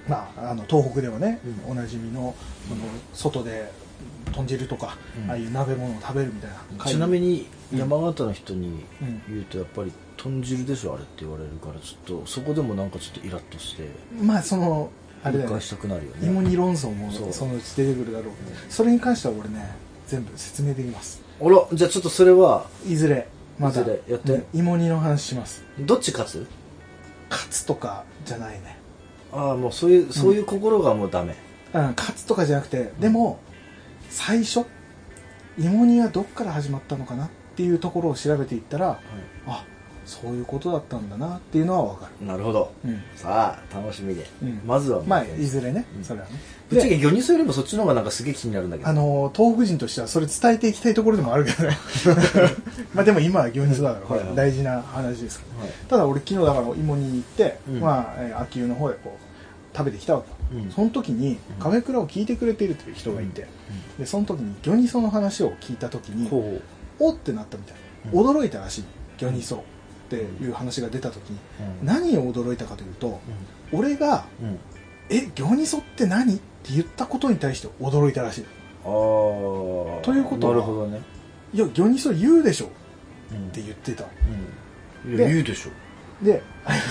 Speaker 1: まあ、あの東北ではね、
Speaker 2: うん
Speaker 1: おなじみのあの外で豚汁とか、
Speaker 2: うん
Speaker 1: ああいう鍋物を食べるみたいな
Speaker 2: ちなみ
Speaker 1: に、
Speaker 2: に山形の人に
Speaker 1: うん
Speaker 2: 言うとやっぱり豚汁でしょあれって言われるからちょっとそこでもなんかちょっとイラッとして
Speaker 1: まあそのあれだよ
Speaker 2: 理
Speaker 1: ね
Speaker 2: 解したくなるよね
Speaker 1: 芋煮論争も
Speaker 2: そう
Speaker 1: そのうち出てくるだろうけど、それに関しては俺ね全部説明できます
Speaker 2: あらじゃあちょっとそれはい
Speaker 1: ずれまた
Speaker 2: いずれやって
Speaker 1: うん芋煮の話します
Speaker 2: どっち勝つ
Speaker 1: 勝つとかじゃないね
Speaker 2: ああもうそういうそういう心がもうダメ
Speaker 1: うん勝つとかじゃなくてでも最初芋煮はどっから始まったのかなっていうところを調べていったらあそういうことだったんだなっていうのは分か
Speaker 2: なるほど
Speaker 1: るうん
Speaker 2: さあ楽しみで
Speaker 1: うん
Speaker 2: まずはもう
Speaker 1: まあいずれね、
Speaker 2: うん
Speaker 1: それはね
Speaker 2: ぶっちゃ
Speaker 1: で
Speaker 2: け魚にそよりもそっちの方がなんかすげえ気になるんだけど
Speaker 1: あのー東北人としてはそれ伝えていきたいところでもあるけ どね まあでも今は行日だからこれ
Speaker 2: はいはい
Speaker 1: 大事な話ですから、
Speaker 2: はい
Speaker 1: ただ俺昨日だから芋煮に行って、
Speaker 2: うん
Speaker 1: まあえー秋保の方でこう食べてきたわけよ、
Speaker 2: うん
Speaker 1: その時に
Speaker 2: うん
Speaker 1: カフェクラを聞いてくれてるという人がいて、
Speaker 2: う
Speaker 1: でその時に魚にその話を聞いた時に
Speaker 2: んほ
Speaker 1: おってなったみたい驚いたらしい魚にそうっていう話が出た時に
Speaker 2: ううん
Speaker 1: 何を驚いたかというと俺が
Speaker 2: うん
Speaker 1: 「え魚にそって何?」って言ったことに対して驚いたらしい
Speaker 2: ああ
Speaker 1: ということは
Speaker 2: なるほどね
Speaker 1: 「いや魚にそ言うでしょ」っ
Speaker 2: うん
Speaker 1: て言ってた
Speaker 2: うんい
Speaker 1: で
Speaker 2: や言うでしょ
Speaker 1: で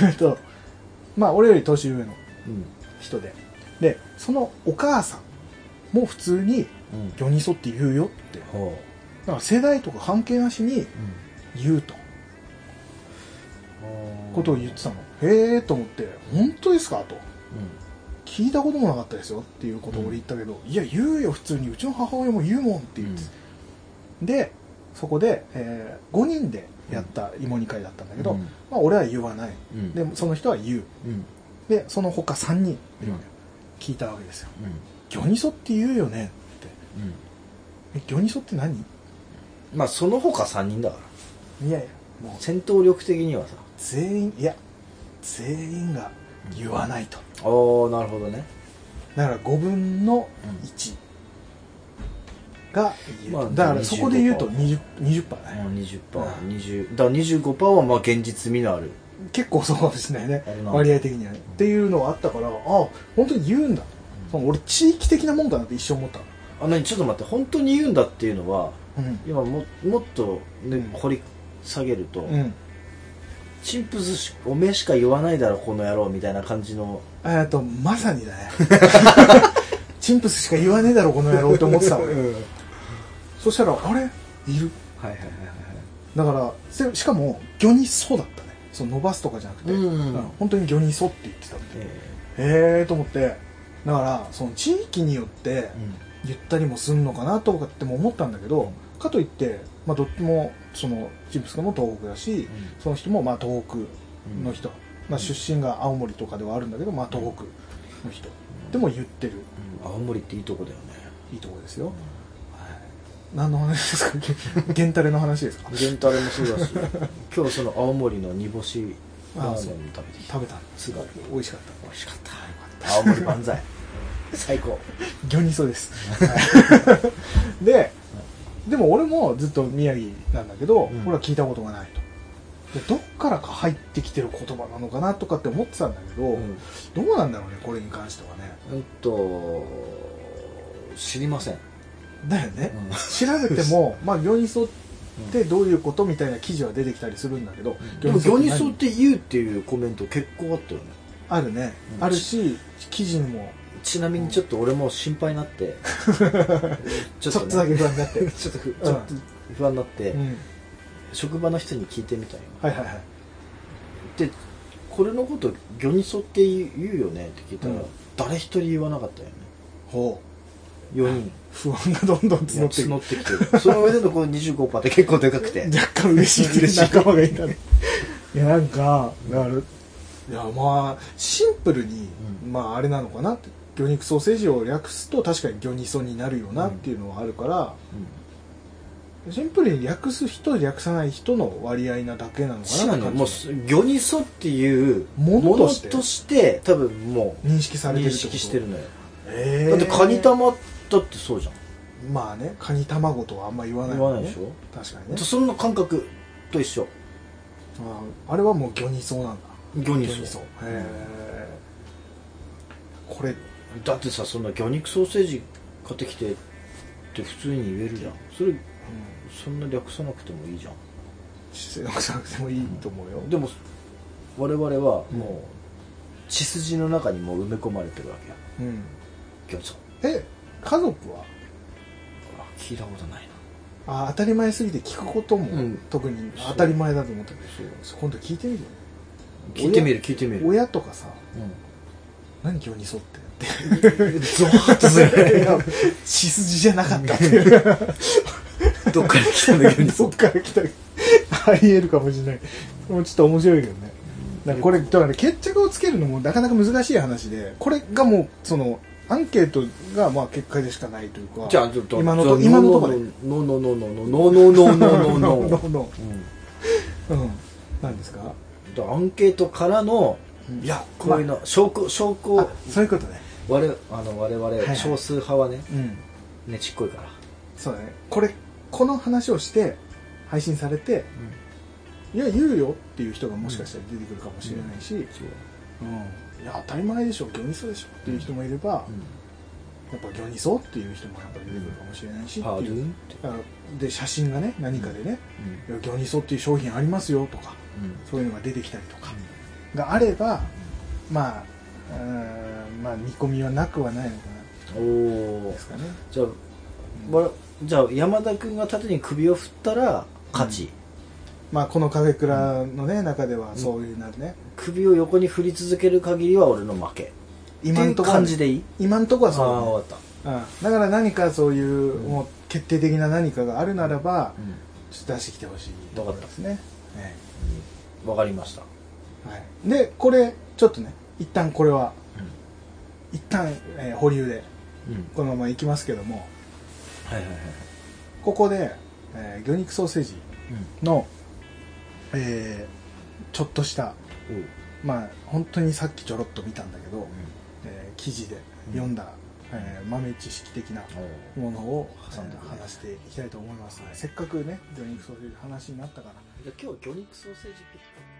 Speaker 1: えっとまあ俺より年上の
Speaker 2: うん
Speaker 1: 人ででそのお母さんも普通に
Speaker 2: うん
Speaker 1: 「魚にそって言うよ」ってだ
Speaker 2: ほ
Speaker 1: から世代とか関係なしに
Speaker 2: ううん
Speaker 1: 言うと
Speaker 2: あー
Speaker 1: ことを言ってたのへえと思って「本当ですか?」と。
Speaker 2: う
Speaker 1: 聞いたこともなかったですよっていうことを俺言ったけど、いや言うよ普通にうちの母親も言うもんって
Speaker 2: ん
Speaker 1: 言って、でそこで、え5人でやった芋煮会だったんだけど、
Speaker 2: うん
Speaker 1: まあ、俺は言わない、
Speaker 2: うん
Speaker 1: でその人は言う
Speaker 2: うん
Speaker 1: でその他3人
Speaker 2: うんうん
Speaker 1: 聞いたわけですよ「魚にそって言うよね」っ
Speaker 2: うん
Speaker 1: て「え魚にそって何?」
Speaker 2: まあその他3人だか
Speaker 1: いやいや
Speaker 2: ら
Speaker 1: もう
Speaker 2: 戦闘力的にはさ
Speaker 1: 全員いや全員が言わないと
Speaker 2: ああなるほどね
Speaker 1: だから5分の1が言うと、
Speaker 2: まあ
Speaker 1: だからそこで言うと 20%, 20%だね、
Speaker 2: 20%20
Speaker 1: うん
Speaker 2: だから25%はまあ現実味のある
Speaker 1: 結構そうかもしれないね
Speaker 2: あるな
Speaker 1: 割合的にはねっていうのはあったからあ本当に言うんだ、その俺地域的なもんだなって一生思ったの
Speaker 2: あ何ちょっと待って本当に言うんだっていうのは
Speaker 1: うん
Speaker 2: 今ももっと、ね
Speaker 1: うん
Speaker 2: 掘り下げると、
Speaker 1: うん
Speaker 2: チンプスしおめえしか言わないだろこの野郎みたいな感じの
Speaker 1: えーっとまさ にだねチンプスしか言わねえだろこの野郎って思ってたのよそしたらあれいる
Speaker 2: はいはいはい
Speaker 1: だからせしかも魚にそだったねその伸ばすとかじゃなくて、
Speaker 2: うんうん
Speaker 1: だから本当に魚にそって言ってたっていう
Speaker 2: え
Speaker 1: へえと思ってだからその地域によって言ったりもすんのかなとかっても思ったんだけどかといって、まあ、どっちもそのチップス君も東北だし、
Speaker 2: う
Speaker 1: その人もまあ東北の人、まあ、出身が青森とかではあるんだけど、まあ、東北の人でも言ってる
Speaker 2: うん青森っていいとこだよね
Speaker 1: いいところですよ、はい何の話ですか ゲンタレの話ですか
Speaker 2: レンタルもそうだ し今日その青森の煮干しラーメン食べてきた
Speaker 1: 食べたんです
Speaker 2: すごい
Speaker 1: 美味しかった
Speaker 2: 美味しかった青森万歳最高
Speaker 1: 魚にそうですででも俺もずっと宮城なんだけど、
Speaker 2: うん
Speaker 1: 俺は聞いたことがないとでどっからか入ってきてる言葉なのかなとかって思ってたんだけど、
Speaker 2: うん
Speaker 1: どうなんだろうねこれに関してはね
Speaker 2: うんと知りません
Speaker 1: だよね、
Speaker 2: うん
Speaker 1: 調べて もまあ魚にそってどういうことみたいな記事は出てきたりするんだけど、
Speaker 2: でも「魚
Speaker 1: 魚
Speaker 2: に
Speaker 1: に
Speaker 2: そ
Speaker 1: そ
Speaker 2: っ
Speaker 1: って
Speaker 2: 言う」っていうコメント結構あったよね
Speaker 1: あるね、
Speaker 2: うん
Speaker 1: あるし記事にも
Speaker 2: ちなみにちょっと俺も心配になって
Speaker 1: ち
Speaker 2: ち
Speaker 1: ょっとだけ不安になって、
Speaker 2: ちょっとふちょっと不安になって、
Speaker 1: うん、
Speaker 2: 職場の人に聞いてみたよ
Speaker 1: はいはいはい
Speaker 2: でこれのこと「魚にそって言うよね」って聞いたら、
Speaker 1: うん
Speaker 2: 誰一人言わなかったよね
Speaker 1: ほ
Speaker 2: 4人
Speaker 1: う不安がどんどん募っていく
Speaker 2: 募ってきてるその上でのこの25%って結構でかくて
Speaker 1: 若干嬉しいっていう
Speaker 2: 嬉しい
Speaker 1: 仲間がいたね いやなんかなるいやまあシンプルに、まああれなのかなって魚肉ソーセージを略すと確かに魚にそになるよなっていうのはあるから、シンプルに略す人略さない人の割合なだけなのか
Speaker 2: し
Speaker 1: なっ
Speaker 2: か
Speaker 1: て
Speaker 2: も
Speaker 1: 感
Speaker 2: もう
Speaker 1: じ
Speaker 2: 魚にそっていう
Speaker 1: ものとして
Speaker 2: ものして多分もう
Speaker 1: 認識されてる
Speaker 2: 認
Speaker 1: ってこと
Speaker 2: 識してるのよ
Speaker 1: え
Speaker 2: だ
Speaker 1: ー
Speaker 2: ってカニ玉だってそうじゃん
Speaker 1: まあねカニ卵とはあんま言わない
Speaker 2: 言
Speaker 1: もん
Speaker 2: わない
Speaker 1: ね
Speaker 2: でしょ
Speaker 1: 確かにね
Speaker 2: そんな感覚と一緒
Speaker 1: ああれはもう魚にそうなんだ
Speaker 2: 魚
Speaker 1: 魚
Speaker 2: に
Speaker 1: にそ
Speaker 2: そう
Speaker 1: へえこれ
Speaker 2: だってさそんな魚肉ソーセージ買ってきてって普通に言えるじゃんそれそんな略さなくてもいいじゃん
Speaker 1: してなくてもいいと思うよ、
Speaker 2: でも我々はもう血筋の中にもう埋め込まれてるわけよ
Speaker 1: うん、
Speaker 2: 魚にそ
Speaker 1: え家族は
Speaker 2: あ聞いたことない
Speaker 1: あ
Speaker 2: な
Speaker 1: 当たり前すぎて聞くことも、
Speaker 2: うん
Speaker 1: 特に当たり前だと思ったけど
Speaker 2: そう
Speaker 1: そう今度聞いてみるよ
Speaker 2: 聞いてみる聞いてみる
Speaker 1: 親とかさ
Speaker 2: う
Speaker 1: 何今日に沿ってっ
Speaker 2: んゾワッとす
Speaker 1: てい
Speaker 2: る
Speaker 1: や血筋じゃなかったっていう
Speaker 2: どっから来 たんだ魚にそ
Speaker 1: そっから来たありえるかもしれないもうちょっと面白いけどねだからこれだから決着をつけるのもなかなか難しい話でこれがもうそのアンケートがまあ結果でしかないというか
Speaker 2: じゃあちょっと
Speaker 1: 今の
Speaker 2: じゃあ
Speaker 1: と今の ところで
Speaker 2: ノーノーノーノーノーノ ーノーノ ーノーノーノーノーノー
Speaker 1: の
Speaker 2: うん
Speaker 1: うん何ですか
Speaker 2: だからアンケートからの
Speaker 1: いや
Speaker 2: こういうの証拠証拠
Speaker 1: あそういうことね
Speaker 2: 我々あの我々、
Speaker 1: いはい
Speaker 2: 少数派はね
Speaker 1: うん
Speaker 2: ねちっこいから、
Speaker 1: そうだねこれこの話をして配信されていや言うよっていう人がもしかしたら出てくるかもしれないし、
Speaker 2: そう
Speaker 1: うんいや当たり前でしょ魚にそうでしょっていう人もいれば、やっぱ魚にそうっていう人もやっぱ出てくるかもしれないし
Speaker 2: パ
Speaker 1: って
Speaker 2: ー
Speaker 1: い
Speaker 2: ル
Speaker 1: う
Speaker 2: ーンって、
Speaker 1: あで写真がね何かでね、いや魚にそうっていう商品ありますよとかそういうのが出てきたりとかがあればまあうーんまあ見込みはなくはないのかな
Speaker 2: おお
Speaker 1: ですかね
Speaker 2: じゃあ、わじゃあ山田君が縦に首を振ったら勝ち、
Speaker 1: まあこの影倉のね、中ではそういうなるね、
Speaker 2: 首を横に振り続ける限りは俺の負け
Speaker 1: 今
Speaker 2: ってい
Speaker 1: ん
Speaker 2: う
Speaker 1: とこは
Speaker 2: 感じでいい
Speaker 1: 今んとこ
Speaker 2: あ
Speaker 1: は
Speaker 2: あ
Speaker 1: そうだね
Speaker 2: 終わった、
Speaker 1: うん、だから何かそういう、
Speaker 2: うん
Speaker 1: もう決定的な何かがあるならば、ちょっと出してきてほしい
Speaker 2: わかった
Speaker 1: ですね、え
Speaker 2: わかりました、
Speaker 1: えはい、でこれちょっとね一旦これは一旦、えー保留でこのままいきますけども
Speaker 2: はいはいはい、
Speaker 1: ここで、えー魚肉ソーセージの、えーちょっとした
Speaker 2: うん
Speaker 1: まあ本当にさっきちょろっと見たんだけど、えー記事で読んだ、えー豆知識的な
Speaker 2: おう
Speaker 1: ものを
Speaker 2: 挟んで
Speaker 1: えー話していきたいと思います、せっかくね魚肉ソーセージの話になったから
Speaker 2: じゃあ今日魚肉ソーセージピックアップ